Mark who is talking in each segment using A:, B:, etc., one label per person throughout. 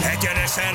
A: élőben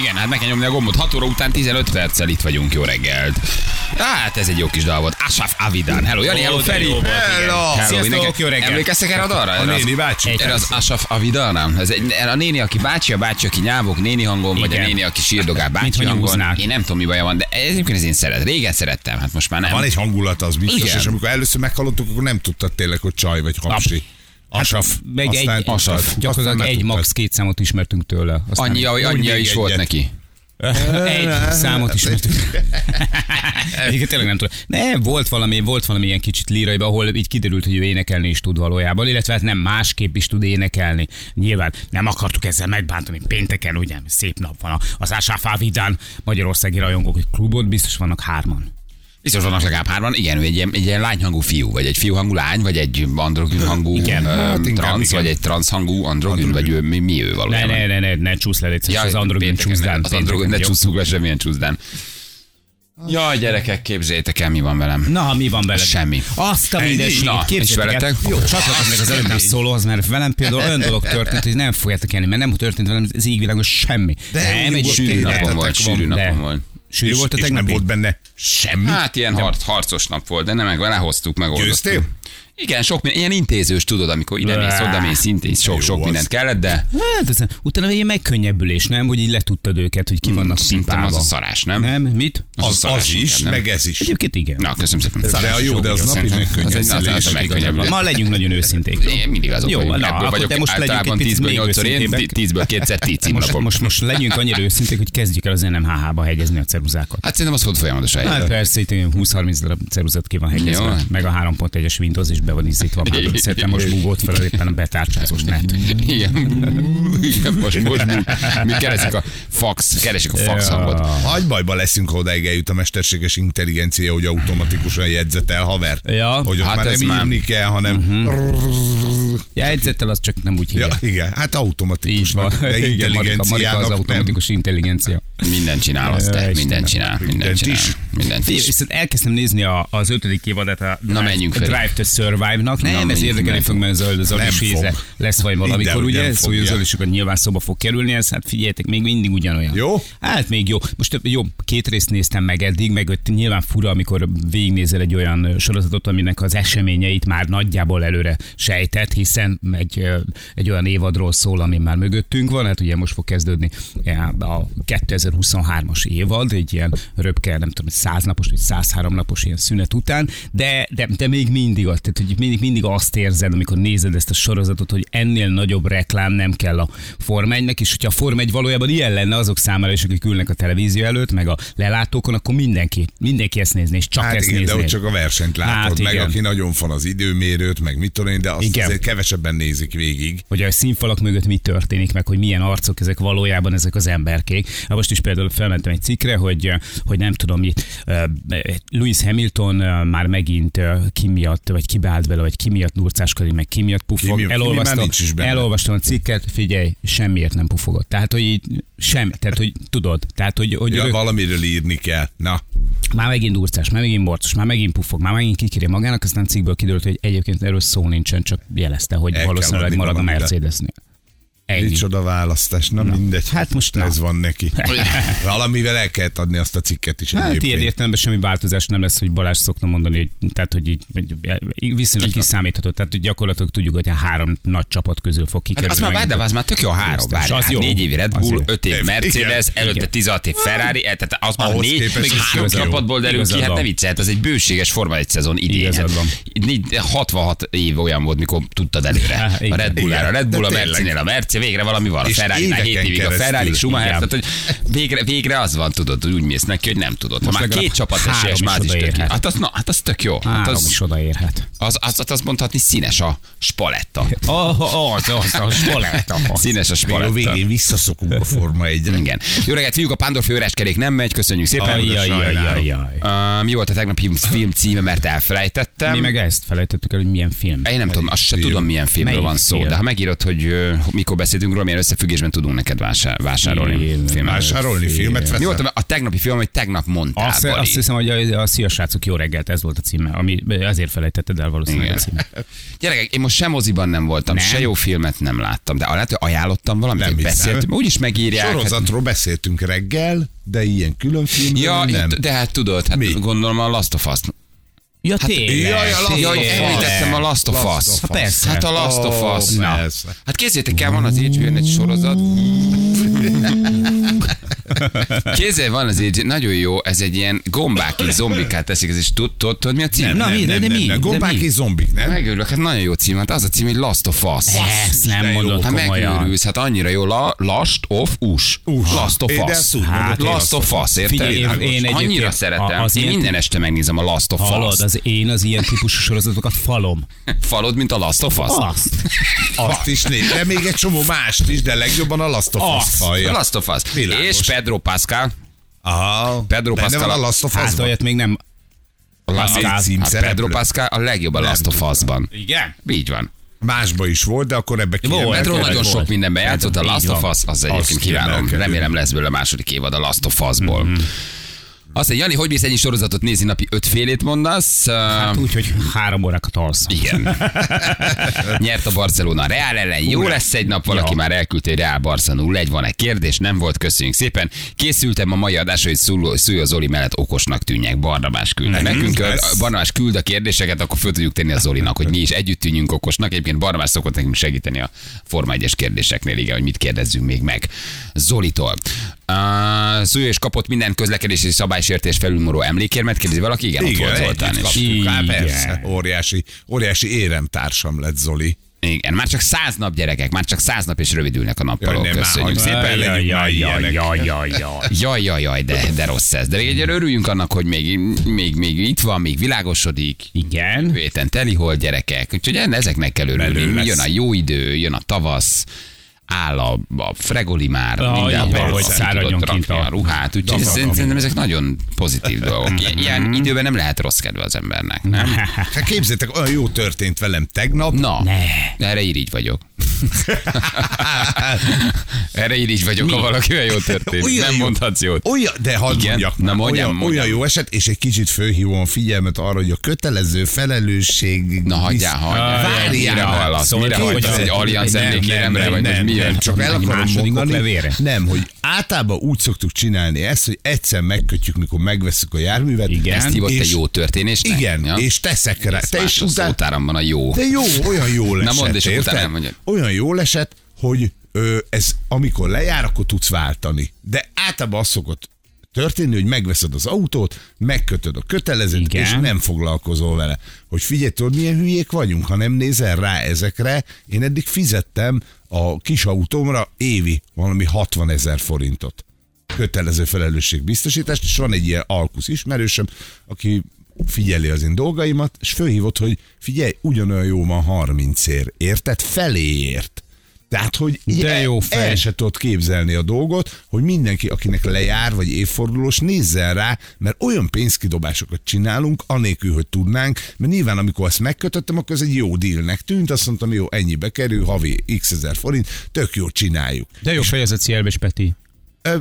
B: Igen, hát meg kell nyomni a gombot. 6 óra után 15 perccel itt vagyunk. Jó reggelt. Hát ez egy jó kis dal volt. Asaf Avidan. Hello, Jani, hello,
C: Ó, de
B: Feri.
C: jó volt, igen.
B: Hello,
C: Sziasztok,
B: mindenki.
C: jó reggelt.
B: Emlékeztek erre a dalra? Erre az-
C: néni bácsi.
B: Erre az Asaf Avidanám. Ez egy, erre a néni, aki bácsi, a bácsi, aki nyávok néni hangon, vagy a
C: Igen.
B: néni, aki sírdogál bácsi
C: Mintha
B: hangon.
C: nyúznák.
B: Én nem tudom, mi baja van, de egyébként ez én szeret. Régen szerettem, hát most már nem.
D: Van egy hangulata, az biztos,
B: Igen.
D: Igen. és amikor először meghallottuk, akkor nem tudtad tényleg, hogy csaj vagy hamsi. Asaf.
C: hát Meg egy,
D: tudtad.
B: Asaf.
D: Aztán
C: gyakorlatilag
D: nem
C: egy
D: tudtad.
C: max két számot ismertünk tőle. Aztán
B: Annyi, annyi
D: még
B: is volt
D: egyet.
B: neki.
C: egy számot ismertünk. Igen, tényleg nem tudom. Nem, volt valami, volt valami ilyen kicsit líraiba, ahol így kiderült, hogy ő énekelni is tud valójában, illetve hát nem másképp is tud énekelni. Nyilván nem akartuk ezzel megbántani pénteken, ugye szép nap van az Asaf Avidan magyarországi rajongók, hogy klubot biztos vannak hárman.
B: Biztos vannak legalább hárman, igen, ő egy ilyen, egy ilyen lányhangú fiú, vagy egy fiúhangú lány, vagy egy androgyn hangú igen, hát
D: inkább
B: transz,
D: igen.
B: vagy egy transzhangú androgyn, vagy ő, mi, mi ő
C: Ne,
B: valójában.
C: ne, ne, ne, ne csúsz le, légy szíves, az androgyn
B: pénteken,
C: csúszdán.
B: Az androgyn, ne csúszunk le semmilyen csúszdán. Jaj, gyerekek, képzeljétek el, mi van velem.
C: Na, ha mi van veled?
B: Semmi.
C: Azt a
B: Ennyi? Na,
C: mindenségét
B: és
C: képzeljétek el.
B: veletek?
C: Jó, csatlakoznék az
B: Semmi.
C: előttem szólóhoz, mert velem például olyan dolog történt, hogy nem fogjátok enni, mert nem történt velem az égvilágon semmi.
D: De
C: nem,
D: jó volt,
B: Sűrű
D: Életetek
B: napon volt,
D: van,
B: sűrű
C: de-
B: napon volt.
C: Sűrű
D: És,
C: volt a
D: és nem
C: tegnapi?
D: volt benne semmi.
B: Hát ilyen harc, harcos nap volt, de nem meg vele hoztuk, megoldottuk.
D: Győztél?
B: Igen, sok minden, ilyen intézős, tudod, amikor ide mész, oda mész, intéz, sok,
D: Jó
B: sok
D: az.
B: mindent kellett, de
C: Hát, ez, utána egy megkönnyebbülés, nem? Hogy így letudtad őket, hogy ki vannak
B: szerintem
C: szimpálva.
B: az a szarás, nem?
C: Nem? Mit?
B: a
D: Az,
B: szarás
D: az is,
B: inkább, nem?
D: meg ez is.
C: Egyébként igen.
B: Na, köszönöm szépen.
D: De a jó, de az napi
B: Az
D: megkönnyebb.
B: egy az- az a megkönnyebb.
C: Ma legyünk nagyon őszinték.
B: Én mindig azok
C: Jó,
B: vagyok.
C: na,
B: Ebből
C: akkor
B: vagyok
C: te most legyünk
B: általában
C: egy picit
B: 10-ből
C: még
B: 8-szor én,
C: őszintébbek.
B: 10-ből kétszer tíci
C: Most,
B: napom.
C: Hát most, most legyünk annyira őszinték, hogy kezdjük el az NMHH-ba hegyezni a ceruzákat.
B: Hát szerintem az volt folyamatosan.
C: Hát
B: jelen.
C: persze, itt olyan 20-30 darab ceruzat ki van
B: Jó.
C: hegyezve, meg a 3.1-es Windows is be van izzítva. már. Szerintem most bugót fel éppen a betárcsázós net.
B: Igen. Igen, most, most mi, mi keresik a fax, keresik a fax hangot.
D: Nagy bajba leszünk, ha odáig eljut a mesterséges intelligencia, hogy automatikusan jegyzetel haver.
C: Ja.
D: Hogy ott
B: Hát
D: már
B: ez
D: nem
B: már-
D: írni kell, hanem...
C: Mhm. Ja, egyzettel az csak nem úgy hívják.
D: Ja, igen, hát
C: Így
D: automatikus.
C: van.
D: De
C: Igen, Marika, Marika az
D: intelligenciának nem.
C: automatikus intelligencia.
B: Minden csinál azt te,
C: Istenem.
B: minden csinál, minden
D: Mindent
B: csinál.
D: is.
B: Mindent
C: Figyelj,
B: is.
C: viszont elkezdtem nézni a, az ötödik évadát a
B: Na, menjünk
C: a
B: fel.
C: Drive to Survive-nak. Nem, ez
B: menjünk,
C: érdekelni
B: menjünk.
C: fog, mert zöld az
D: Nem
C: Alis
D: fog.
C: hétre lesz majd valamikor,
D: Mindenhogy
C: ugye?
D: nem
C: Szóval az
D: fogja.
C: Alis nyilván szóba fog kerülni, ez hát figyeljetek, még mindig ugyanolyan.
D: Jó?
C: Hát még jó. Most több- jó, két részt néztem meg eddig, meg ott nyilván fura, amikor végignézel egy olyan ö, sorozatot, aminek az eseményeit már nagyjából előre sejtett, hiszen egy, ö, egy olyan évadról szól, ami már mögöttünk van, hát ugye most fog kezdődni já, a 2023-as évad, egy ilyen röpke, nem tudom, 100 napos vagy 103 napos ilyen szünet után, de, de, de még mindig azt, tehát, hogy mindig, mindig azt érzed, amikor nézed ezt a sorozatot, hogy ennél nagyobb reklám nem kell a Form 1-nek, és hogyha a Form 1 valójában ilyen lenne azok számára is, akik ülnek a televízió előtt, meg a lelátókon, akkor mindenki, mindenki ezt nézni, és csak
D: Hát
C: ezt
D: igen, de
C: nézni.
D: ott csak a versenyt látod,
C: Hát
D: hát meg
C: igen.
D: aki nagyon fan az időmérőt, meg mit tudom én, de azt
C: Igen.
D: igen. azért kevesebben nézik végig.
C: hogy a színfalak mögött mi történik, meg hogy milyen arcok ezek valójában ezek az emberkék. Hát most is például felmentem egy cikkre, hogy, eh, hogy nem tudom, itt eh, Lewis Hamilton eh, már megint eh, ki miatt, vagy kibált vele, vagy ki miatt nurcáskodik, meg ki miatt
D: Ki
C: pufog.
D: mi- ki mi már
C: elolvastam,
D: nincs is benne.
C: elolvastam a cikket, figyelj, semmiért nem pufogott. Tehát, hogy így sem, tehát, hogy tudod, tehát, hogy, hogy
D: Ja,
C: örök-
D: valamiről írni kell. Na,
C: már megint durcás, már megint borcos, már megint pufog, már megint kikéri magának, aztán cikkből kiderült, hogy egyébként erről szó nincsen, csak jelezte, hogy
D: El kell
C: valószínűleg
D: adni
C: marad a
D: valamire.
C: Mercedesnél. Ennyi.
D: micsoda választás, na, na mindegy.
C: Hát most na.
D: ez van neki. Valamivel el kell adni azt a cikket is
C: Hát ilyen
D: egyébként.
C: értelemben semmi változás nem lesz, hogy Balázs szokta mondani, hogy, tehát, hogy így, így viszonylag kiszámítható. Tehát hogy gyakorlatilag tudjuk, hogy a három nagy csapat közül fog
B: Hát
C: kikerülni.
B: az már
C: megint.
B: várj, de az már tök jó három.
C: Biztos,
B: Várj,
C: az
B: hát
C: jó.
B: négy év Red
C: Az
B: Bull,
C: jó.
B: öt év
D: Igen.
B: Mercedes, előtte
C: Igen.
B: 16 év Ferrari, eh, tehát az már
D: Ahhoz
B: négy,
D: képest
B: még
D: is
B: három
D: igazad van.
B: csapatból derül ki,
C: Igazad
B: hát
C: van.
B: ne viccelt, ez egy bőséges Forma 1 szezon idén.
C: Igazad
B: Hát,
C: van.
B: négy- 66 év olyan volt, mikor tudtad előre.
C: Há,
B: A
C: igen.
B: Red Bull a
D: Igen.
B: Red Bull, a
D: De tényleg.
B: Mercedes, a egyszer végre valami van. A
D: És
B: Ferrari már 7
D: éveken
B: évig a
D: keresztül.
B: Ferrari, Schumacher,
C: Igen.
B: tehát hogy végre, végre az van, tudod, hogy úgy mész neki, hogy nem tudod. Ha már
C: legalább
B: két csapat
C: három
B: esélyes,
C: is
B: már az is tök jó.
C: odaérhet.
B: Hát az, na, hát az tök jó. Hát
C: Három
B: az,
C: is odaérhet.
B: az, az, az, mondhatni színes a spaletta.
C: Oh, az, az, az, spaletta.
B: Színes a
D: A
B: spaletta.
D: végén visszaszokunk a Forma 1
B: Igen. Jó reggelt, fiúk, a Pándor főreskerék nem megy, köszönjük szépen.
C: Ajjajjajjaj.
B: Ö, Mi volt a tegnapi film címe, mert elfelejtettem.
C: Mi meg ezt felejtettük el, hogy milyen film.
B: Én nem tudom, azt se
D: film?
B: tudom, milyen filmről
C: Melyik
B: van szó,
C: film?
B: de ha megírod, hogy ö, mikor beszélünk róla, milyen összefüggésben tudunk neked vásá- vásárolni
C: Film.
B: filmet.
D: Vásárolni filmet
B: Mi volt
D: veszel?
B: a, a tegnapi film, amit tegnap mondtál,
C: Azt,
B: Bali?
C: azt hiszem, hogy a, a Szia srácok, jó reggelt, ez volt a címe, ami azért felejtetted el valószínűleg
B: Igen.
C: a címe.
B: Gyerekek, én most sem moziban nem voltam,
C: Nem?
B: se jó filmet nem láttam, de lehet, hogy ajánlottam valamit,
D: Nem
B: hogy
D: hiszem.
B: beszéltem, úgyis megírják. Hát,
D: Sorozatról beszéltünk reggel, de ilyen külön filmről
B: ja,
D: nem.
B: de hát tudod, hát
D: Mi?
B: gondolom a Last of Us.
C: Ja,
B: Hát,
C: tényleg.
B: jaj, a Last
C: tényleg.
B: of Us. Említettem a Last of
D: Last
B: Us.
D: of
C: Us. Persze.
B: Hát a Last of
D: Ó,
B: Us. Na.
D: persze.
B: Hát kézzétek el, van az HBO-n egy sorozat. Kézzel van az HBO, nagyon jó, ez egy ilyen gombák és zombikát teszik, ez is tud, tud, tudod mi a cím?
C: Na,
D: Nem,
C: mi, de-
D: nem,
C: de
D: nem,
C: mi?
D: nem.
C: De
D: Gombák
C: mi?
D: és zombik, nem?
B: Megőrülök, hát nagyon jó cím, hát az a cím, hogy Last of Us.
C: Ezt
D: de
C: nem
D: jó.
C: mondod
B: Hát
C: komolyan.
B: megőrülsz, hát annyira jó, la, Last of Us.
D: Us.
B: Last of
D: Én de ezt
B: Us.
D: úgy mondod,
B: Last of Us, érted?
C: Figyelj, én- én
B: Annyira
C: egyébként
B: szeretem.
C: a- az
B: Én
C: ilyen-
B: minden este megnézem a Last of
C: Hallod, Hát-
B: Us.
C: az én az ilyen típusú sorozatokat falom.
B: Falod, mint a Last of Us?
C: Azt.
D: Azt is néz, de még egy csomó mást is, de legjobban a Last of Us
B: A
D: hallja.
B: Last of Us.
D: Világos.
B: És Pedro Pascal.
D: Aha,
B: Pedro
D: benne
B: Pascal
D: van
B: a-
D: a Last of Us.
C: Hát olyat még nem.
B: A Last
D: Pascal cím
B: hát
D: szereplő.
B: Pedro Pascal a legjobb a Last of Us-ban.
C: Igen?
B: Így van.
D: Másba is volt, de akkor ebbe kiemelkedett.
B: Pedro nagyon
C: volt.
B: sok mindenben játszott, a
C: Így
B: Last
C: van.
B: of Us, az egyébként kívánom.
D: kiemelkedő.
B: Remélem lesz belőle második évad a Last of Us-ból. Azt mondja, Jani, hogy mész ennyi sorozatot nézni napi ötfélét mondasz?
C: Hát úgy, hogy három órákat alszom.
B: Igen. Nyert a Barcelona a Real ellen. Jó lesz egy nap, valaki
C: Ja.
B: már elküldte, hogy Real Barca 0 1 van-e kérdés? Nem volt, köszönjük szépen. Készültem a mai adásra, hogy Szúló- Szújó Zoli mellett okosnak tűnjek. Barnabás küldte nekünk.
D: lesz.
B: Barnabás küld a kérdéseket, akkor föl tudjuk tenni a Zolinak, hogy mi is együtt tűnjünk okosnak. Egyébként Barnabás szokott nekünk segíteni a Forma 1-es kérdéseknél, igen, hogy mit kérdezzünk még meg Zolitól. Uh, Szújó és kapott minden közlekedési szabálysértés felülmúró emlékérmet, kérdezi valaki? Igen, ott volt Zoltán
D: együtt
B: is.
D: kaptuk. Há,
C: Igen.
D: persze. Óriási, óriási éremtársam lett Zoli.
B: Igen, már csak száz nap gyerekek, már csak száz nap és rövidülnek a nappalok.
D: Jaj, ne,
B: Köszönjük
D: már, hogy-
B: szépen.
D: Jaj,
C: Jaj, jaj, jaj,
D: ilyenek.
C: jaj, jaj, jaj.
B: Jaj, jaj, jaj, de, de rossz ez. De egyre örüljünk annak, hogy még, még, még itt van, még világosodik.
C: Igen.
B: Jövő héten teli hol gyerekek. Úgyhogy en- ezeknek kell
D: Menő
B: örülni.
D: lesz.
B: Jön a jó idő, jön a tavasz, áll a, a fregoli már,
C: Ah,
B: minden
C: így van, hogy
B: ki
C: száradjon
B: tudott rakni
C: kint a-
B: a ruhát. Úgyhogy
D: Dagadom.
B: szerint- szerintem ezek nagyon pozitív dolgok. I-
C: Mm-hmm.
B: Ilyen időben nem lehet rossz kedve az embernek, nem?
D: Hát képzétek, olyan jó történt velem tegnap.
B: Na, erre így vagyok. erre így vagyok, ha valaki olyan jó történik.
D: Olyan
B: nem
D: jó.
B: mondhatsz jót.
D: Olyan, de hadd
B: Igen?
D: mondjak,
B: Na,
D: már,
B: mondjam,
D: olyan,
B: mondjam.
D: olyan jó eset, és egy kicsit fölhívom a figyelmet arra, hogy a kötelező felelősség...
B: Na hagyjál, hagyjál.
D: Várjál.
B: Mire hallasz?
C: Szóval
B: Mire
C: ki-
B: hallasz? Ez egy allianz
D: Nem, nem,
B: emlékéremre,
D: nem,
B: vagy most
D: nem,
B: mi jön?
D: nem, Csak el
C: Egy
D: akarom
C: második
D: mondani,
C: oklevére?
D: nem, hogy általában úgy szoktuk csinálni ezt, hogy egyszer megkötjük, mikor megveszük a járművet.
C: Igen.
B: Ezt hívott egy
D: és-
B: jó történésnek?
D: Igen,
B: Ja?
D: és teszek rá.
B: Ezt
D: Te is
B: más a
D: utána
B: szótáramban a jó.
D: De jó, olyan jól
B: Na
D: esett,
B: mondd, és akkor
D: érted?
B: utána mondjad.
D: Olyan jól esett, hogy ö, ez, amikor lejár, akkor tudsz váltani. De általában az szokott történni, hogy megveszed az autót, megkötöd a kötelezőt,
C: Igen.
D: és nem foglalkozol vele. Hogy figyelj, tudod, milyen hülyék vagyunk, ha nem nézel rá ezekre. Én eddig fizettem a kis autómra évi valami 60 ezer forintot kötelező felelősségbiztosítást, és van egy ilyen alkusz ismerősöm, aki figyeli az én dolgaimat, és fölhívott, hogy figyelj, ugyanolyan jó van 30 ér, érted? Feléért. Tehát, hogy így
C: De
D: el-
C: jó fej.
D: el se tudod képzelni a dolgot, hogy mindenki, akinek lejár, vagy évfordulós, nézzen rá, mert olyan pénzkidobásokat csinálunk, anélkül, hogy tudnánk, mert nyilván amikor ezt megkötöttem, akkor ez egy jó dealnek tűnt, azt mondtam, jó, ennyibe kerül, havi x ezer forint, tök jó, csináljuk.
C: De jó fej ez a célbes, Peti.
D: Ö,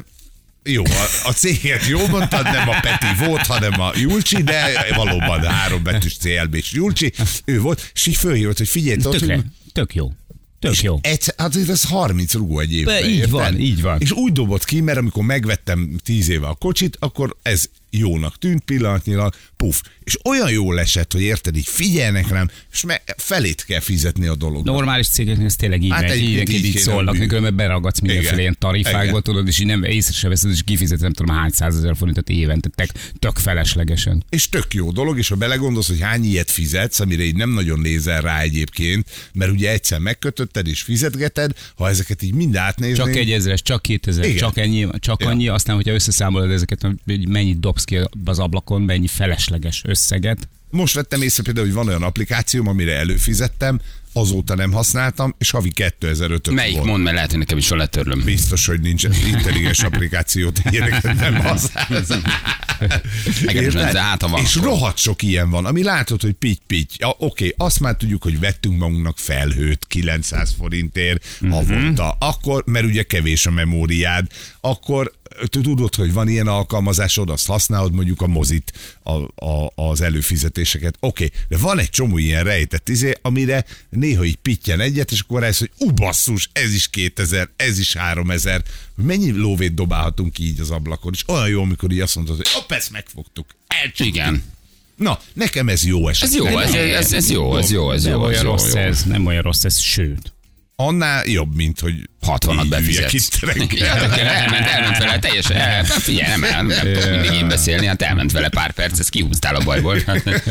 D: jó, a, a céget jó mondtad, nem a Peti volt, hanem a Julcsi, de valóban három betűs CLB és Julcsi, ő volt, és így fölhívott, hogy figyelj, tudod,
C: Tök,
D: hogy
C: le, tök jó. Tök jó.
D: egyszer, hát ez 30 rugó egy évben.
C: Be, így
D: érted?
C: van, így van.
D: És úgy dobott ki, mert amikor megvettem 10 éve a kocsit, akkor ez jónak tűnt pillanatnyilag, puf. És olyan jól esett, hogy érted, így figyelnek rám, és me- felét kell fizetni a dolognak.
C: Normális cégeknél ez tényleg így
D: Hát
C: hát megy,
D: egyébként
C: így, így,
D: így
C: így
D: kéne
C: szólnak,
D: működni.
C: mikor mert beragadsz mindenféle
D: Igen.
C: ilyen tarifákból,
D: Igen.
C: tudod, és így nem észre se veszed, és kifizeted nem tudom hány százezer forintot évente, tök, tök feleslegesen.
D: és tök jó dolog, és ha belegondolsz, hogy hány ilyet fizetsz, amire így nem nagyon nézel rá egyébként, mert ugye egyszer megkötötted és fizetgeted, ha ezeket így mind átnéznénk,
C: Csak egy ezeres, csak kétezer,
D: Igen.
C: csak ennyi, csak
D: Ja.
C: annyi, aztán, hogyha összeszámolod ezeket, hogy mennyit dobsz ki az ablakon, mennyi felesleges összeget,
D: most vettem észre például, hogy van olyan applikációm, amire előfizettem, azóta nem használtam, és havi 2005
B: Melyik
D: volt.
B: mond, mert lehet, hogy nekem is van letörlöm.
D: Biztos, hogy nincs intelligens applikációt, ilyeneket nem használom.
B: Nekem is nem, de hát ha van.
D: és
B: akkor-
D: rohadt sok ilyen van, ami látod, hogy pitty-pitty. Ja, oké, azt már tudjuk, hogy vettünk magunknak felhőt 900 forintért havonta. Akkor, mert ugye kevés a memóriád, akkor te tudod, hogy van ilyen alkalmazásod, azt használod mondjuk a mozit, a, a, az előfizetéseket. Oké, de van egy csomó ilyen rejtett izé, amire néha így pittyen egyet, és akkor rájössz, hogy ú, basszus, ez is 2000, ez is 3000. Mennyi lóvét dobálhatunk ki így az ablakon? És olyan jó, amikor így azt mondod, hogy hopp, ezt megfogtuk.
B: Igen.
D: Na, nekem ez jó eset.
B: Ez jó, ez, ez, ez jó, ez jó, ez
C: nem
B: jó, ez
C: olyan
B: jó.
C: rossz
B: jó.
C: ez, nem olyan rossz ez, sőt.
D: Annál jobb, mint hogy
B: 60-at
D: így
B: befizetsz.
D: hülye kitterek.
B: Ja, tök, elment, elment vele, teljesen. el- Hát figyelj, nem, nem, nem tudok mindig én beszélni, hát elment vele pár perc, ez kihúztál a bajból. Hát,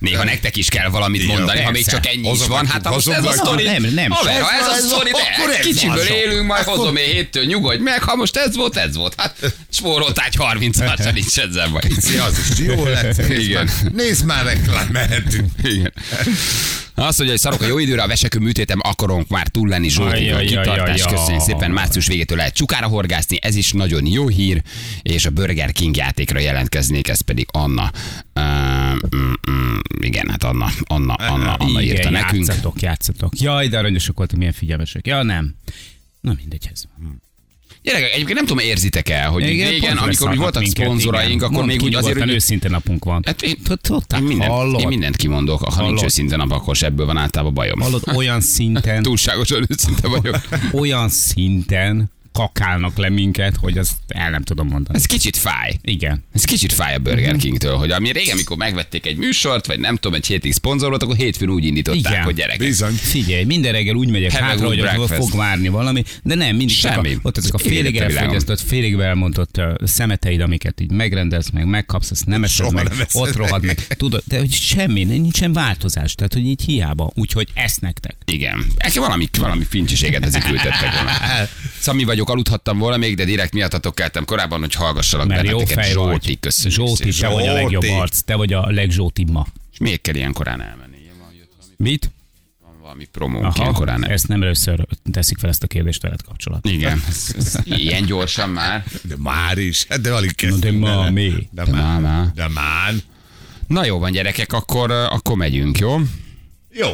B: Néha nektek is kell valamit
D: Igen,
B: mondani, ha még
D: persze.
B: csak ennyi is
D: Hozom
B: van,
D: nektek,
B: hát ha most
D: hozom
B: ez a
D: nektek.
B: sztori.
C: Nem, nem,
B: Haver, ha ez
D: ez van,
B: a
D: ez
B: sztori,
D: van, akkor
B: de
D: ez
B: kicsiből
D: van sok.
B: élünk, majd
D: Akkor-
B: hozom én héttől, nyugodj meg, ha most ez volt, ez volt. Hát spóroltál egy 30 nincs ezzel baj.
D: Pici, az is jó lett.
B: Igen.
D: Nézd már, reklám, mehetünk.
B: Igen. Azt mondja, hogy szarok a jó időre, a vesekő műtétem akarunk már túl lenni Zsoltik, a
C: Ajjajajajaj.
B: kitartás. Köszönjük szépen, március végétől lehet csukára horgászni, ez is nagyon jó hír, és a Burger King játékra jelentkeznék, ez pedig Anna. Uh, mm, mm, igen, hát Anna, Anna, Anna, Anna
C: Igen,
B: írta nekünk.
C: Játszatok, játszatok. Jaj, de aranyosak voltak, milyen figyelmesek. Ja, nem. Na mindegy, ez.
B: Gyerekek, egyébként nem tudom, érzitek el, hogy igen, régen, amikor úgy voltak szponzoraink, akkor még úgy azért, hogy
C: őszinte napunk van.
B: Hát én,
C: Tudták,
B: én, mindent,
C: hallod?
B: én mindent kimondok, ha nincs
C: Hallod?
B: őszinte nap, akkor se ebből van általában bajom.
C: Hallod, olyan szinten,
B: Túlságosan őszinte vagyok.
C: olyan szinten kakálnak le minket, hogy azt el nem tudom mondani.
B: Ez kicsit fáj.
C: Igen.
B: Ez kicsit fáj a
C: Mhm.
B: Burger Kingtől, hogy ami régen, amikor megvették egy műsort, vagy nem tudom, egy hétig szponzoroltak, akkor hétfőn úgy indították,
C: Igen.
B: hogy gyerekek.
D: Bizony.
C: Figyelj, minden reggel úgy megyek
B: Have a
C: hátra,
B: good
C: hogy ott
B: breakfast.
C: fog várni valami, de nem, mindig csak
B: Semmi.
C: A, ott ezek a
B: Ez
C: félig
B: élet a világon.
C: elfogyasztott, félig elmondott uh, szemeteid, amiket így megrendelsz, meg megkapsz, azt nem eszed
D: Soha
C: meg,
D: nem eszed
C: ott
D: meg.
C: rohad meg. Tudod, de hogy semmi, nincsen változás, tehát hogy így hiába, úgyhogy ezt nektek.
B: Igen. Egy valami, valami fincsiséget ezek ültettek volna. Szami vagyok, aludhattam volna még, de direkt miattatok keltem korábban, hogy hallgassalak
C: Mert jó
B: benneteket.
C: fej
B: Zsolti,
C: vagy.
B: köszönjük
C: Zsolti,
B: szépen.
C: te vagy a
D: Zsolti.
C: legjobb arc, te vagy a legzsoltibb ma.
B: És miért kell ilyen korán elmenni? Ilyen Van, jött valami,
C: Mit?
B: van valami promónk ilyen korán el.
C: ezt nem először teszik fel ezt a kérdést veled kapcsolatban.
B: Igen. Ez- ez Ilyen gyorsan már.
D: De már is. Hát de alig kezdtünk.
C: Na de ma
D: bele.
C: mi?
D: De
B: De
D: már.
B: már, már.
D: De már.
B: Na jó van gyerekek, akkor, akkor megyünk, jó?
D: Jó.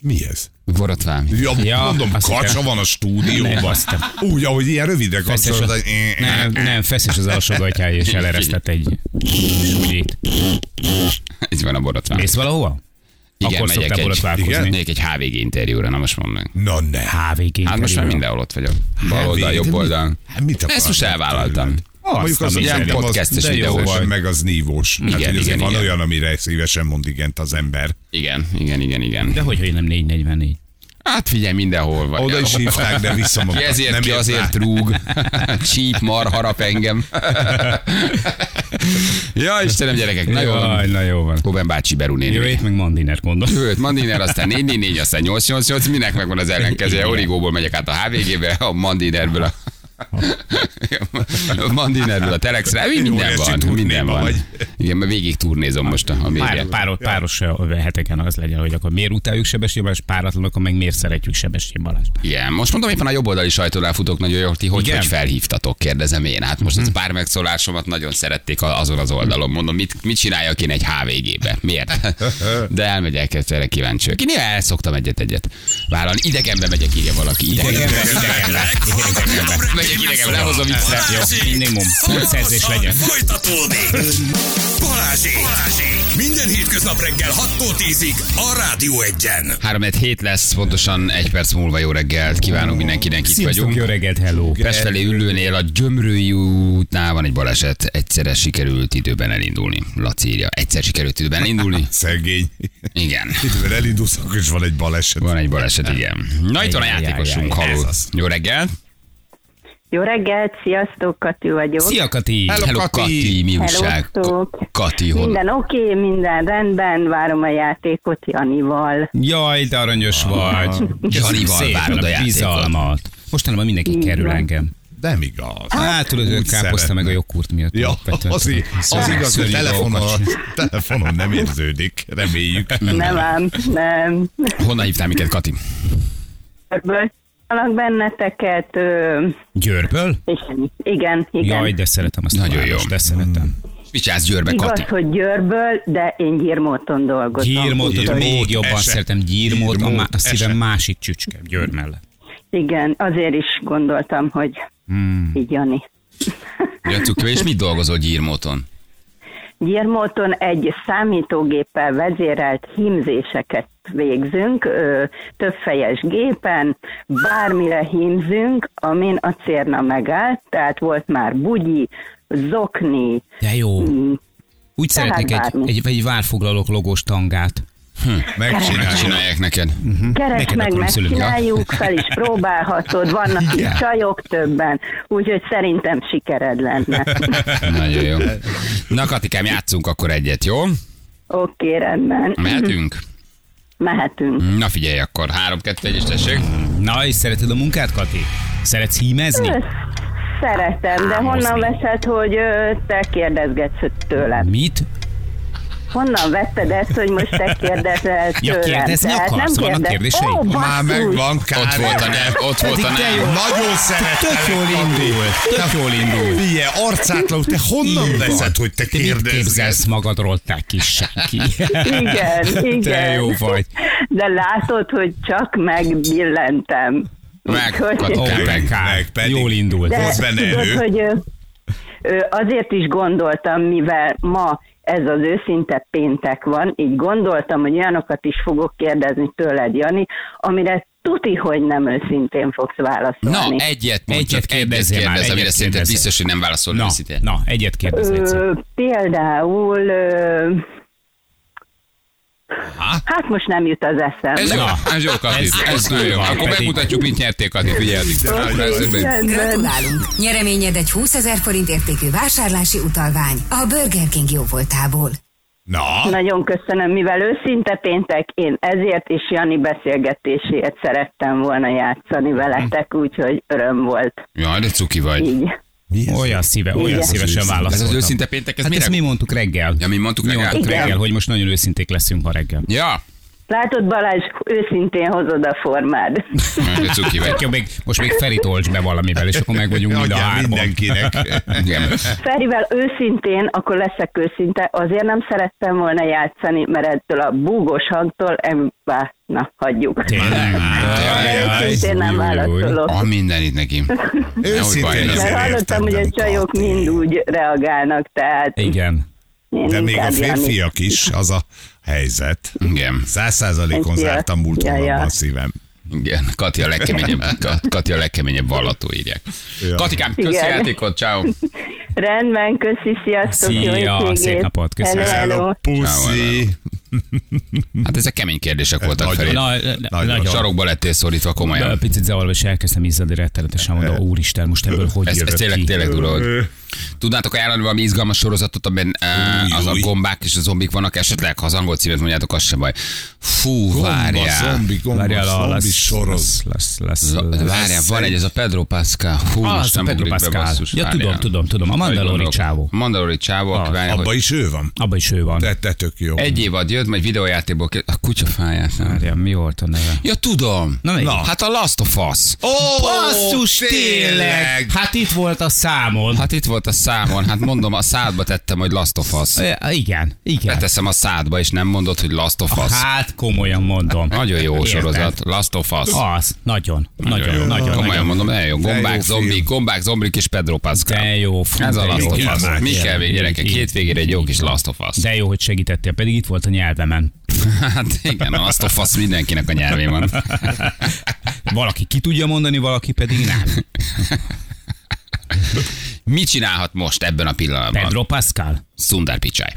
D: Mi ez?
B: Borotvám.
D: Ja,
C: Ja,
D: mondom,
C: azt
D: kacsa
C: hittem.
D: van a stúdióban. Úgy, ahogy ilyen rövidre
B: Szóval,
C: Feszes
D: kapcsolatban.
C: az, nem,
D: Hát,
C: nem, feszes az alsógatjája, és eleresztett egy zsúgyét.
B: Így van a borotvám.
C: Mész valahova?
B: Igen,
C: Akkor
B: megyek
C: szoktál
B: egy,
C: borotválkozni.
B: megyek egy HVG interjúra, na most mondd meg.
D: Na ne.
C: HVG.
B: Hát most már mindenhol ott vagyok. Bal oldal,
D: végre
B: jobb
D: mi?
B: oldal.
D: Hát mit
B: Ezt most
D: akarnak
B: elvállaltam.
D: tőled? Mondjuk azt,
B: nem
D: hogy
B: ilyen
D: szerintem az-
B: podcastes
D: de jó
B: videó
D: vagy,
B: volt.
D: meg az nívós. Igen, hát,
B: Igen,
D: hogy azért
B: igen,
D: van
B: igen.
D: olyan, amire szívesen mond igent az ember.
B: Igen, igen, igen, igen.
C: De hogy, hogy nem 444?
B: Hát figyelj, mindenhol vagy.
D: Oda is hívták, de
B: Ki
D: visszamondták.
B: ezért, ki
D: ért
B: azért
D: rá.
B: rúg. Csíp, mar, harap engem. ja, Istenem, gyerekek, na jó.
C: Jaj, na jó van.
B: Koben bácsi Beru néni.
C: Jövét meg Mandinert gondol.
B: Őt, Mandiner, aztán 444, aztán 888, minek megvan az ellenkezője? Origóból megyek át a HVG-be, a Mandinerből a... a Mandinerből a Telexre, minden
D: Óriási
B: van, minden
D: turnéba
B: van.
D: vagy.
B: Igen, mert végig turnézom most a, a
C: Pár,
B: média.
C: pár, páros ö, heteken az legyen, hogy akkor miért utáljuk Sebestyén Balázs, páratlan, akkor meg miért szeretjük Sebestyén Balázs.
B: Igen, most mondom, éppen a jobboldali sajtónál futok nagyon jól, ti hogy,
C: Igen? Mhm.
B: hogy felhívtatok, kérdezem én. Hát most az pár megszólásomat nagyon szerették a- azon az oldalon. Mondom, mit, mit csináljak én egy HVG-be? Miért? De elmegyek, ezt erre kíváncsi vagyok. Én néha el szoktam egyet-egyet vállalni. Idegenbe megyek, igen, valaki. Idegenbe,
A: Legfontosabb reggeli
B: megyek, lényegem, lehozom így
C: Jó, minimum. Szerzés legyen.
A: Folytatódik. Balázsi. Balázsi. Minden hétköznap reggel 6-tól 10-ig a Rádió 1-en.
B: 3 hét lesz, pontosan egy perc múlva jó reggelt. Kívánunk mindenkinek, itt
C: Sziasztok, jó
B: vagyunk.
C: reggelt, hello.
B: Pest felé ülőnél a Gyömrői útnál van egy baleset, egyszerre sikerült időben elindulni. Laci írja, egyszer sikerült időben elindulni.
D: Szegény.
B: Igen.
D: Idővel elindulsz, akkor is van egy baleset.
B: Van egy baleset, igen. Na itt van a
C: Jaj, jaj,
B: játékosunk,
C: jaj,
B: haló.
D: ez az.
B: Jó reggel.
E: Jó reggelt, sziasztok, Kati vagyok.
C: Szia, Kati.
D: Hello,
B: Hello,
D: Kati.
B: Kati, mi újság?
E: Hello,
B: K- Kati, hol?
E: Minden oké, okay, minden rendben, várom a játékot Janival.
C: Jaj, de aranyos vagy. Köszönöm
B: Ah. Janival
C: szépen
B: várod a játékot.
C: bizalmat. Mostanában mindenki
E: Így
C: kerül
E: van.
C: engem.
D: Nem igaz.
C: Hát tudod, ő
D: Úgy
C: káposzta
D: szeretne.
C: meg a jogkurt miatt.
D: Ja,
C: Alapvetően
D: az, i-
C: tudom.
D: az
C: Szörnyű
D: igaz, hogy
C: dolgokat
D: telefonon,
C: csinál.
D: telefonon nem érződik, reméljük.
E: Nem ám, nem.
B: Honnan hívtál minket, Kati?
E: Bölcsalak benneteket, ö,
C: Győrből?
E: és igen, igen.
C: Jaj, de szeretem azt
B: Nagyon
C: a várost,
B: jó.
C: De szeretem.
D: Mm.
B: Mit csinálsz Győrbe,
E: Igaz,
B: Kati?
E: hogy Győrből, de én Gyírmóton dolgozom.
C: Gyírmótot
E: úgyhogy-
C: még jobban
D: eset.
C: szeretem. Gyírmót, a, má-
D: Gyírmót,
C: a szívem
D: eset.
C: másik csücske. Győr mellett.
E: Igen, azért is gondoltam, hogy így Jani.
B: Jacuk, és mit dolgozol Gyírmóton?
E: Gyermóton egy számítógéppel vezérelt hímzéseket végzünk, ö, többfejes gépen, bármire hímzünk, amin a cérna megállt, tehát volt már bugyi, zokni,
C: De jó.
E: mm,
C: Úgy
E: Tehát
C: szeretnék egy,
E: bármi.
C: egy, egy várfoglalók logós tangát.
D: Megcsináljuk.
B: Csinálják neked.
C: Mhm.
E: keresd
C: Neked
E: meg,
C: akarom szülni,
E: megcsináljuk, fel is próbálhatod, vannak itt csajok többen, úgyhogy szerintem sikered lenne.
B: Nagyon jó. Na, Katikám, játszunk akkor egyet, jó?
E: Oké, rendben,
B: Mehetünk?
E: mehetünk.
C: Mhm.
B: Na figyelj akkor, 3, 2, 1 és tessék.
C: Na, és szereted a munkát, Kati? Szeretsz hímezni?
E: Ö, Szeretem, de honnan
C: Álmozni.
E: veszed, hogy ö, te kérdezgetsz tőlem?
C: Mit?
E: Honnan vetted ezt, hogy most te kérdezel
C: Ja,
E: tőlem?
C: kérdezni
E: Tehát
C: akarsz?
E: nem
C: Vannak
E: kérdez-
C: kérdéseid?
E: Ó,
D: Már
E: basszus!
D: megvan, kár.
B: Ott volt a nem, ott volt a nem.
D: Nagyon szeretem.
C: Tök jól indul. Tök jól indul.
D: Fie, arcátlanul, te honnan veszed, hogy te
C: Te mit
D: kérdezgálsz?
C: képzelsz magadról, te kis senki?
E: Igen, igen.
C: Te jó vagy.
E: De látod, hogy csak megbillentem.
B: Meg,
E: Úgyhogy-
B: Katka,
C: Ó,
B: Meg,
C: de kár.
D: meg pedig.
C: Jól indult.
E: De
D: volt benne
E: tudod,
D: erő.
E: hogy ö, ö, azért is gondoltam, mivel ma ez az őszinte péntek van, így gondoltam, hogy olyanokat is fogok kérdezni tőled, Jani, amire tuti, hogy nem őszintén fogsz
B: Na,
E: válaszolni.
B: egyet mondj,
C: Egyet
B: egyet kérdez,
C: kérdezzél már, egyet
B: amire szerinted
C: kérdezzél.
B: biztos, hogy nem válaszol
C: Na,
B: őszintén.
C: na, egyet kérdez egyszer.
E: Ö, például... Ö, hát most nem jut az
B: Ez
E: eszembe.
B: jó, ez jó, Kati.
C: Ez-
B: Ez
C: ez
B: nagyon jó.
C: van,
B: Akkor
C: pedig-
B: megmutatjuk, mit nyerték, Kati. Figyeljetek.
E: Rendben.
F: Gratulálunk! Nyereményed egy 20 ezer forint értékű vásárlási utalvány a Burger King jóvoltából.
D: Na,
E: Nagyon köszönöm, mivel őszinte péntek, én ezért is Jani beszélgetéséért szerettem volna játszani veletek, úgyhogy öröm volt
B: Jaj, de cuki vagy.
E: így.
C: Olyan szíve, olyan
E: Igen.
C: szívesen
B: Ez
C: válaszoltam.
B: az őszinte péntek, ez
C: Hát ezt
B: mire?
C: mi mondtuk reggel.
B: Ja, mi mondtuk
C: Mi
B: reggel?
C: mondtuk
E: Igen.
C: reggel, hogy most nagyon őszinték leszünk ma reggel.
B: Ja,
E: Látod Balázs, őszintén hozod a formád.
B: Jaj, de cuki vagy.
C: Jó, még, most még Ferit olcs be valamivel, és akkor meg vagyunk mind a
D: adjál
C: hárman.
D: mindenkinek.
B: Igen.
E: Ferivel őszintén, akkor leszek őszinte, azért nem szerettem volna játszani, mert ettől a búgos hangtól, em, bá, na, hagyjuk.
C: Tényleg?
E: De
B: Jaj, jaj.
E: Őszintén nem válaszolok.
B: A mindenit neki.
D: Őszintén
B: Mert
D: azért
E: Mert
D: értem,
E: hallottam, hogy a
D: nem
E: csajok
D: kapni.
E: mind úgy reagálnak, tehát
C: Igen.
E: én
D: De még a
E: inkább Jani.
D: férfiak is, az a helyzet.
B: Igen.
D: Száz százalékon
E: Férfiak.
D: zártam múlt
E: Ja,
D: hónapban
E: ja.
D: a szívem.
B: Igen, Kati a legkeményebb, Kati a legkeményebb vallató írják.
D: Ja.
B: Katikám, köszi
E: Igen.
B: játékot, ciao.
E: Rendben, köszi, sziasztok, jó
C: Szia,
E: hétvégét.
C: szép napot, köszönöm.
E: Hello, hello.
D: Hello, puszi.
B: Hát ezek kemény kérdések voltak
D: Nagyon.
B: felé.
C: Na, na-
D: Nagyon.
C: nagyon.
B: Sarokba lettél szorítva
C: De
B: komolyan.
C: picit zavarva, és elkezdtem izzadni rettenetesen, mondom, úristen, most ebből hogy
B: Ez,
C: jövök
B: ez tényleg,
C: ki?
B: tényleg durva volt. Tudnátok ajánlani valami izgalmas sorozatot, amiben uh, az a
D: új.
B: gombák és a zombik vannak, esetleg ha az angol címet mondjátok, az sem baj. Fú,
D: Gomba,
B: várjál.
D: zombi, gomba,
C: Várjál, a
D: zombi
C: lesz,
D: soroz.
C: lesz, lesz, lesz,
B: Zo-
C: lesz.
B: Várjál, van egy, ez a Pedro Pascal. Hú,
C: Ah,
B: most
C: az a
B: nem
C: Pedro
B: ugrik be,
C: Pascal.
B: basszus,
C: Ja,
B: várjál.
C: tudom, tudom, tudom. A Mandalori
B: Hogy gondolok?
C: csávó. Ah,
B: Mandalori csávó, aki várjál,
D: Abba
B: hogy
D: is ő van.
C: Abba is ő van.
D: Te, te tök jó.
B: egy évad jött, jött majd videójátékból, ki- a kutyafáját. nem.
C: Várjál, mi volt a neve?
B: Ja, tudom.
C: Na, melyik?
B: Hát a Last of Us.
D: Ó,
C: Basszus, tényleg! Hát itt volt a számon.
B: Hát itt volt a számon, hát mondom, a szádba tettem, hogy Last of Us.
C: Ja, igen, igen.
B: Beteszem a szádba, és nem mondod, hogy Last of Us.
C: Hát komolyan mondom.
B: Nagyon jó
C: Érted?
B: sorozat, Last of Us.
C: Az, nagyon, nagyon,
B: jó.
C: nagyon. nagyon,
B: Komolyan mondom, nagyon jó.
D: De
B: Gombák,
D: jó
B: zombik,
D: film.
B: gombák, zombik és Pedro Pascal.
C: De jó, fú,
B: Ez a
C: de
B: Last
C: jó.
B: of Us.
D: Igen,
B: Mi
C: igen,
B: kell még
C: igen,
B: gyerekek?
C: igen.
B: Hétvégére egy jó kis Last of Us.
C: De jó, hogy segítettél, pedig itt volt a nyelvemen.
B: Hát igen, a Last of Us mindenkinek a nyelvén van.
C: Valaki ki tudja mondani, valaki pedig nem.
B: Mit csinálhat most ebben a pillanatban?
C: Pedro Pascal.
B: Sundar Pichai.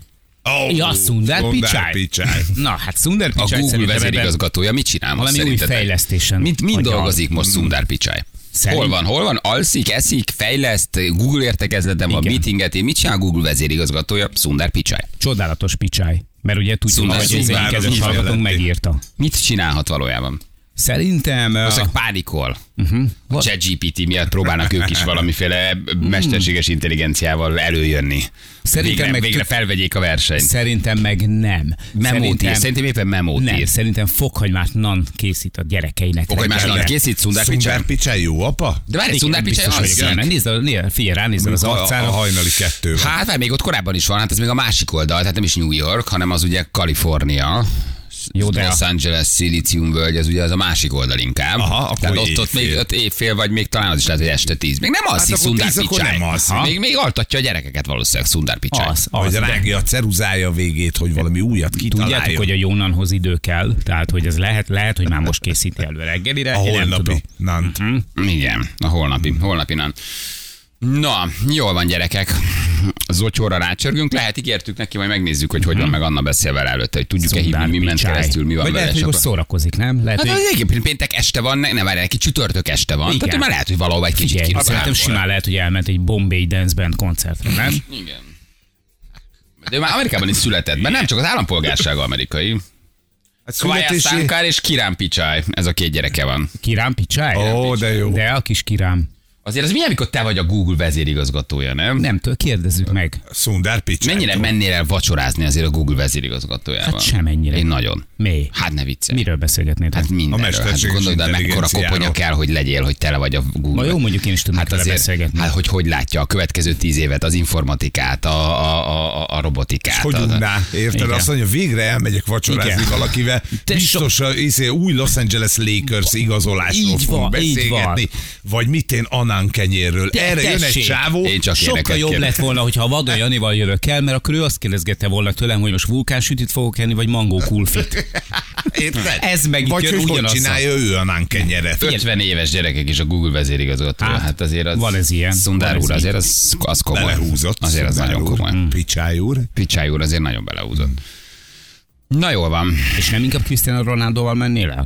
D: Oh,
C: Ja, Sundar Pichai.
D: Pichai.
C: Na, hát Sundar
B: A
C: Pichai
B: Google
C: szerintem ebben
B: vezérigazgatója mit csinál most
C: valami új
B: szerintetek?
C: fejlesztésen.
B: Mint mind
C: agyal.
B: dolgozik most Sundar Pichai?
C: Szerint-
B: Hol van, hol van? Alszik, eszik, fejleszt, Google értekezleten van,
C: Igen.
B: meetingeti. Mit csinál a Google vezérigazgatója? Sundar Pichai.
C: Csodálatos Pichai. Mert ugye tudjuk,
B: Sundar-
C: hogy ez egy
B: Sundar
C: kedves
B: Pichai
C: hallgatónk
D: lett.
C: megírta.
B: Mit csinálhat valójában?
C: Szerintem...
B: Most
C: Uh,
B: csak pánikol.
C: Mhm.
B: Uh-huh. A ChatGPT miatt próbálnak ők is valamiféle mesterséges intelligenciával előjönni.
C: Hmm. Szerintem
B: végre,
C: meg-
B: végre felvegyék a versenyt.
C: Szerintem meg nem.
B: Memót ír. Szerintem éppen memót
C: nem,
B: ír.
C: szerintem fokhagymát nan készít a gyerekeinek.
B: Fokhagymás
C: reggelre.
B: nan készít Sundar Pichai.
D: Sundar Pichai jó apa?
B: De várj,
C: Igen,
B: Sundar Pichai
C: biztos vagyok
B: alszik.
C: benne. Nézd, a- nézd, figyelj, ránézd az
D: A, a,
C: arcára.
D: a hajnali kettő van.
B: Hát várj, még ott korábban is van, hát ez még a másik oldal, tehát nem is New York, hanem az ugye Kalifornia.
C: Jó, de
B: Los Angeles, Silicium völgy, ez ugye az a másik oldal inkább.
D: Aha, akkor
B: Tehát ott, ott
D: éjfél.
B: még ott évfél, vagy még talán az is lehet, hogy este tíz. Még nem
C: Hát
B: alszik
D: akkor
B: Sundar
D: tíz, akkor
B: Pichai.
D: nem alszik.
B: Aha. Még, még altatja a gyerekeket valószínűleg Sundar Pichai.
C: az,
D: Vagy
C: az, de-
D: rágja a ceruzája végét, hogy valami újat kitaláljon.
C: Tudjátok, hogy a Jónanhoz idő kell, tehát hogy ez lehet, lehet, hogy már most készíti elő reggelire,
D: a
C: én nem tudom. Mhm.
D: holnapi. Nant.
B: Igen, a holnapi, holnapi nan. Na, jól van gyerekek. Zocsóra rácsörgünk, lehet ígértük neki, majd megnézzük, hogy hogy van meg Anna beszél vele előtte, hogy tudjuk-e hívni,
C: Mhm. Szundár
B: mi ment
C: Pichai.
B: keresztül, mi van
C: Vagy
B: vele.
C: lehet,
B: és
C: hogy most
B: akkor-
C: szórakozik, nem? Lehet,
B: Hát
C: hogy
B: az egyébként péntek este van, ne, ne várj, neki csütörtök este van. Igen.
C: Igen.
B: Tehát már lehet, hogy valahol egy kicsit
C: figyelj, szerintem
B: kívül.
C: simán lehet, hogy elment egy Bombay Dance Band koncertre, nem?
B: Igen. De ő már Amerikában is született, mert nem csak az állampolgársága amerikai.
D: Hát
B: Kvája
D: születési...
B: Szánkár és Kirán Pichai, ez a két gyereke van.
C: Kirám Pichai?
D: Ó, de jó.
C: De a kis kirám.
B: Azért az milyen, amikor te vagy a Google vezérigazgatója, nem?
C: Nem tudom, kérdezzük meg.
D: Sundar Pichai.
B: Mennyire mennél el vacsorázni azért a Google vezérigazgatójával?
C: Hát semennyire.
B: Én nagyon.
C: Mi?
B: Hát ne viccelj.
C: Miről beszélgetnétek?
B: Hát minden.
D: A
B: Hát
D: mesterséges
B: gondolod, el, mekkora
D: intelligenciáról.
B: koponya kell, hogy legyél, hogy tele vagy a Google.
C: Ma jó, mondjuk én is tudnék
B: Hát
C: vele
B: azért,
C: beszélgetni.
B: hát hogy hogy látja a következő tíz évet, az informatikát, a, a, a, a robotikát.
D: Hogy
B: az-
D: unná, érted?
C: Igen.
D: Azt mondja, végre elmegyek vacsorázni
C: Igen.
D: valakivel.
C: Te
D: Biztos a izé, új Los Angeles Lakers igazolásról
C: Így
D: fogunk
C: van, így
D: beszélgetni. Vagy mit én Anán kenyérről.
C: Te-
D: Erre jön egy
C: tessék.
D: csávó.
B: Én csak
C: Sokkal
B: ilyeneket
C: jobb
B: kérek.
C: lett volna, hogyha a Vadon Janival jövök el, mert akkor ő azt kérdezgette volna tőlem, hogy most vulkánsütit fogok enni, vagy mangó kulfit.
D: Érted?
C: Ez meg itt
D: Vagy
C: jön
D: hogy hogy
C: ugyanaz a-
D: csinálja ő Anán kenyeret.
B: 50 éves gyerekek is a Google vezérigazgatója. Hát,
C: Hát,
B: hát azért az...
C: van ez ilyen.
B: Szundár
C: Van ez
B: úr,
C: így.
B: azért az, az komoly.
D: Belehúzott.
B: Azért az
D: Sundar
B: nagyon
D: úr.
B: komoly.
C: Mm.
D: Pichai úr.
B: Picsáj úr azért nagyon belehúzott. Na jól van.
C: És nem inkább Cristiano Ronaldoval mennél el?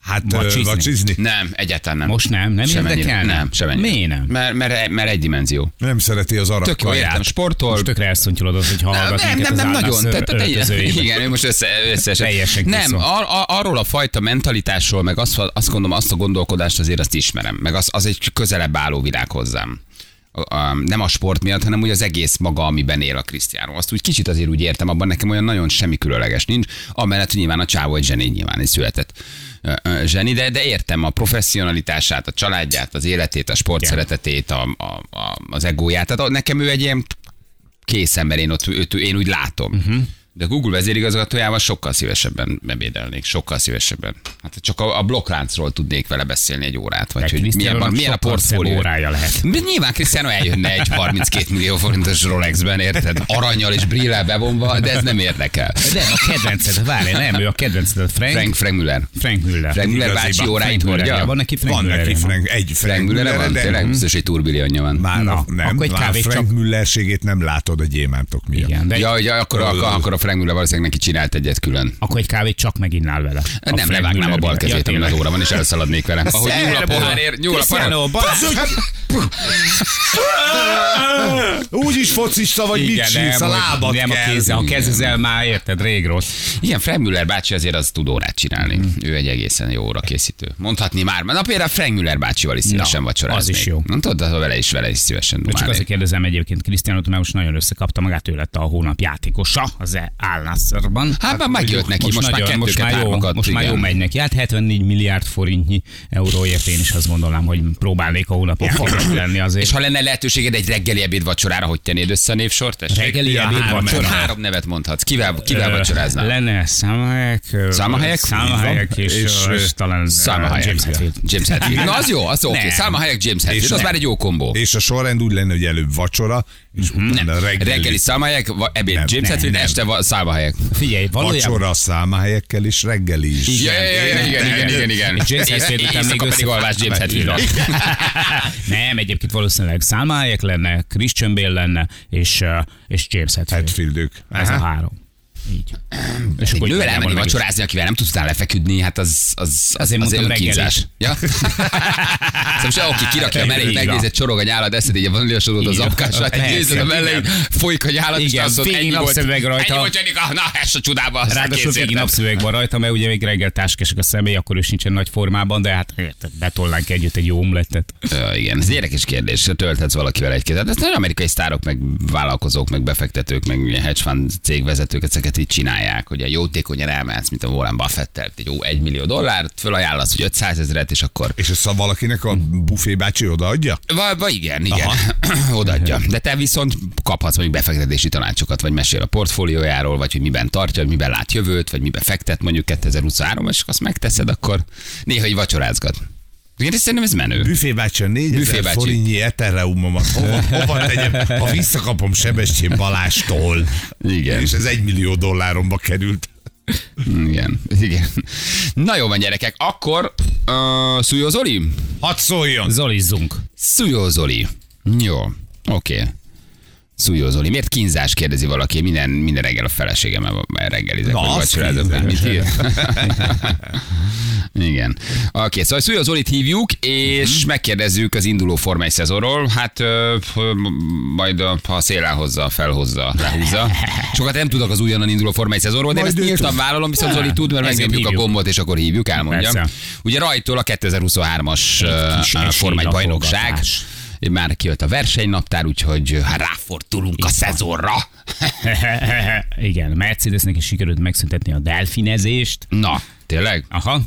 D: Hát
C: Vacsizni.
D: ö, vacsizni.
B: Nem, egyáltalán nem.
C: Most nem? Nem
B: Semennyire.
C: érdekel?
B: Nem, semennyire.
C: Miért nem?
B: Mert, mert, mert egy dimenzió.
D: Nem szereti az arab
B: Tök jó, értem,
D: kaját.
B: sportol,
C: Most tökre elszontyolodod, hogy
B: Nem,
C: hallgat
B: nem,
C: minket
B: nem, nem
C: az
B: nagyon. Tehát, tehát
C: Áldász
B: egy-
C: öltözőjében.
B: igen, ő most össze, összeesett.
C: Teljesen
B: Nem,
C: kiszó.
B: ar, ar, arról a fajta mentalitásról, meg azt, azt gondolom, azt a gondolkodást azért azt ismerem, meg az, az egy közelebb álló világ hozzám. A- a- Nem a sport miatt, hanem úgy az egész maga, amiben él a Krisztiánó. Azt úgy kicsit azért úgy értem, abban nekem olyan nagyon semmi különleges nincs, amellett hogy nyilván a csávó egy zseni, nyilván egy született ö, ö, zseni, de, de értem a professzionalitását, a családját, az életét, a sport
C: Igen.
B: szeretetét, a, a, a, az egóját. Tehát a- nekem ő egy ilyen készen, mert én, ott, őt, én úgy látom.
C: Mhm.
B: Uh-huh. De Google vezérigazgatójával sokkal szívesebben bebédelnék, sokkal szívesebben. Hát csak a, a blokkláncról tudnék vele beszélni egy órát, vagy
C: De
B: hogy milyen, van,
C: Cristiano-nak
B: milyen a
C: sokkal szebb
B: portfólió.
C: órája lehet.
B: De Nyilván Cristiano eljönne egy 32 millió forintos Rolexben, érted? Aranyjal és brillel bevonva, de ez nem érdekel.
C: De nem, a kedvenced, várj, nem, ő a kedvenced, a Frank,
B: Frank, Frank Müller.
C: Frank Müller.
B: Frank Müller bácsi
C: Frank
B: óráit
C: Müller,
B: hordja?
C: ja, Van neki Frank
D: Van
C: Müller.
D: neki Frank, egy
B: Frank Müller van?
D: de-
B: Tényleg biztos, hogy turbillionja van.
D: Már
C: Na,
D: a, nem,
C: akkor egy
D: már
C: kávét
D: Frank
C: csak-
D: Müllerségét nem látod a gyémántok miatt.
C: Igen, de
B: Ja, ja, akkor,
D: Ö,
B: akkor, akkor a Frank Müller valószínűleg neki csinált egyet külön.
C: akkor egy kávét csak meginnál vele. A
B: nem,
C: Frank
B: levágnám a
C: Müller
B: bal
C: miatt.
B: kezét, amin
C: tényleg.
B: az óra van, és elszaladnék vele. Ahogy nyúl a
C: Szerbo!
B: pohárért, nyúl a pohárért.
C: Cristiano, barát!
D: hát- Úgy is focista vagy, mit
C: Igen,
D: csinálsz, a
C: nem,
D: lábad
C: hogy- nem a
D: kell.
C: kézzel, ha kezezel már, érted, rég rossz.
B: Igen, Frank Müller bácsi azért az tud órát csinálni.
C: Hmm.
B: Mm. Ő egy egészen jó óra készítő. Mondhatni már, na például Frank Müller bácsival is szívesen
C: Na,
B: vacsoráznék.
C: az is jó.
B: Nem tudod, ha vele is, vele is szívesen
C: Csak
B: dumálnék.
C: azért kérdezem egyébként Krisztiánot, mert most nagyon összekapta magát, ő lett a hónap játékosa az Al Nasserban.
B: Hát már megjött neki, most, már
C: nagyon-
B: kettőket,
C: most már jó,
B: hármakat,
C: most már jó
B: igen.
C: megy neki. Hát 74 milliárd forintnyi euróért én is azt gondolnám, hogy próbálnék a hónapok fizet lenni azért.
B: És ha lenne lehetőséged egy reggeli ebéd vacsorára, hogy tennéd össze a névsort? tessék?
C: Reggeli
B: Három
C: ebéd
B: nevet-
C: vacsora.
B: Három nevet mondhatsz. Kivel, kivel
C: Ö,
B: vacsoráznál?
C: Lenne számahelyek. ö,
B: Számahelyek?
C: Számahelyek
D: Így
C: és,
D: van. És-
C: és, és talán ö,
B: Száma
C: James Hetfield.
B: James Hetfield. Na az jó, az oké. Okay.
C: Nem.
B: Száma Hayek, James Hetfield. Az
D: nem.
B: már egy jó kombó.
D: És a sorrend úgy lenne, hogy előbb vacsora, és
C: Mhm.
D: utána
B: Nem.
D: reggeli.
B: Reggeli Száma Hayek, va- ebéd
D: Nem,
B: James
D: nem,
B: Hetfield,
D: nem.
B: este va- Száma Hayek.
C: Figyelj, valójában
D: Vacsora számahelyekkel és reggeli is.
B: Ja, ja, ja, ja, igen, igen, igen, igen.
C: És James Hetfield után még
B: Éjszaka
C: össze-
B: pedig alvás James Hetfield.
C: Nem, egyébként valószínűleg Salma Hayek lenne, Christian Bale lenne, és, uh, és James Hetfield.
D: Hetfieldük.
C: Ez a három. Így.
B: Ehm, Egy
C: És
B: lővel
C: nagyjából
B: elmenni
C: meg is-
B: vacsorázni, akivel nem tudsz utána lefeküdni, hát az, az, az,
C: Azért
B: az
C: mondtam
B: önkínzás.
C: reggelit.
B: Ja? Szerintem se, aki kirakja a mellét,
C: Így van.
B: megnézed, csorog a nyálad, eszed így a vaníliasodod az
C: Így van.
B: apkásra,
C: Persze,
B: nézed a mellét,
C: igen.
B: folyik a nyálad, és
C: Igen,
B: azt mondod,
C: félig
B: ennyi volt,
C: napszemüveg rajta.
B: ennyi volt, Janika, na, ez a csodába. aztán
C: Ráadásul
B: kész,
C: végig
B: érted?
C: napszöveg van rajta, mert ugye még reggel táskások a személy, akkor ő sincsen nagy formában, de hát érted, betollánk együtt egy jó omlettet.
B: Ö, igen, ez egy érdekes kérdés. Tölthetsz valakivel egy kezet. Ezt nagyon amerikai sztárok, meg vállalkozók, meg befektetők, meg ugye hedge fund cégvezetők ezeket így csinálják, hogy a jótékonyan elmehetsz, mint a Warren Buffett, egy jó 1 millió dollárt, fölajánlasz, hogy 500 ezeret, és akkor
D: És ezt a valakinek a bufé bácsi odaadja?
B: Va, va igen, igen. Odaadja. De te viszont kaphatsz mondjuk befektetési tanácsokat, vagy mesél a portfóliójáról, vagy hogy miben tartja, hogy miben lát jövőt, vagy miben fektet mondjuk 2023 és azt megteszed, akkor néha egy vacsorázgat. Én ezt szerintem ez menő.
D: Büfé bácsi, a 4000
B: Büfébácsi.
D: forintnyi etereumomat hova, hova tegyem, ha visszakapom Sebestyén Balástól.
B: Igen.
D: És ez egy millió dolláromba került.
B: Igen, igen. Na jó van gyerekek, akkor uh, Szújó Zoli?
D: Hadd szóljon!
C: Zolizzunk.
B: Szújó Zoli. Jó, oké. Okay. Szújó Zoli. Miért kínzás kérdezi valaki? Minden, minden reggel a feleségem reggelizek,
D: Na,
B: vagy
D: az
B: vacsorázok, vagy mit ír? Igen. Oké, okay, szóval Szújó Zolit hívjuk, és
D: Mhm.
B: uh-huh. megkérdezzük az induló Forma 1 szezonról. Hát ö, ö, majd ö, ha a szél elhozza, felhozza, lehúzza. Sokat nem tudok az újonnan induló Forma 1 szezonról, de én
D: Majd
B: ezt
D: ő
B: nyíltan vállalom, viszont Zoli tud, mert
C: ezért
B: megnyomjuk a
C: hívjuk.
B: gombot, és akkor hívjuk, elmondja.
C: Persze.
B: Ugye rajtól a 2023-as ö,
C: kis
B: ö, Forma 1 bajnokság.
C: esélylapolgatás.
B: Már kijött a versenynaptár, úgyhogy hát ráfordulunk a szezonra.
C: Igen, Mercedesnek is sikerült megszüntetni a delfinezést.
B: Na, tényleg?
C: Aha.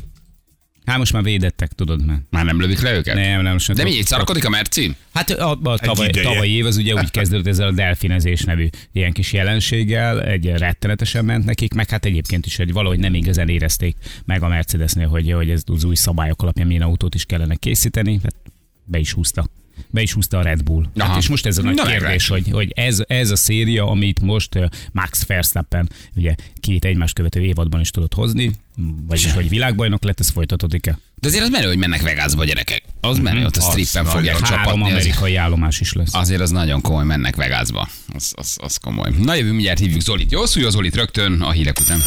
C: Hát most már védettek, tudod már.
B: Már nem lövik le őket?
C: Nem, nem, most
B: De mi, így szarakodik a merci?
C: Hát a, a tavaly,
D: ideje.
C: tavaly év az ugye úgy kezdődött ezzel a delfinezés nevű ilyen kis jelenséggel, egy rettenetesen ment nekik, meg hát egyébként is, hogy valahogy nem igazán érezték meg a Mercedesnél, hogy, hogy ez az új szabályok alapján milyen autót is kellene készíteni, hát be is húzta. Be is húzta a Red Bull.
B: Aha.
C: Hát és most ez a nagy
B: Na,
C: kérdés, hogy, hogy ez, ez a széria, amit most ö, Max Verstappen ugye két egymást követő évadban is tudott hozni, vagyis hogy világbajnok lett, ez folytatódik-e? Hát
B: De azért az menő, hogy mennek Vegasba gyerekek. Az menő, ott a strippen Hm, fogják
C: Három
B: csapatni. Az,
C: amerikai állomás is lesz.
B: azért az nagyon komoly, mennek Vegasba. Az, az, az komoly. Na jövő mindjárt hívjuk Zolit. Jó, szúj az Zolit rögtön a hírek után.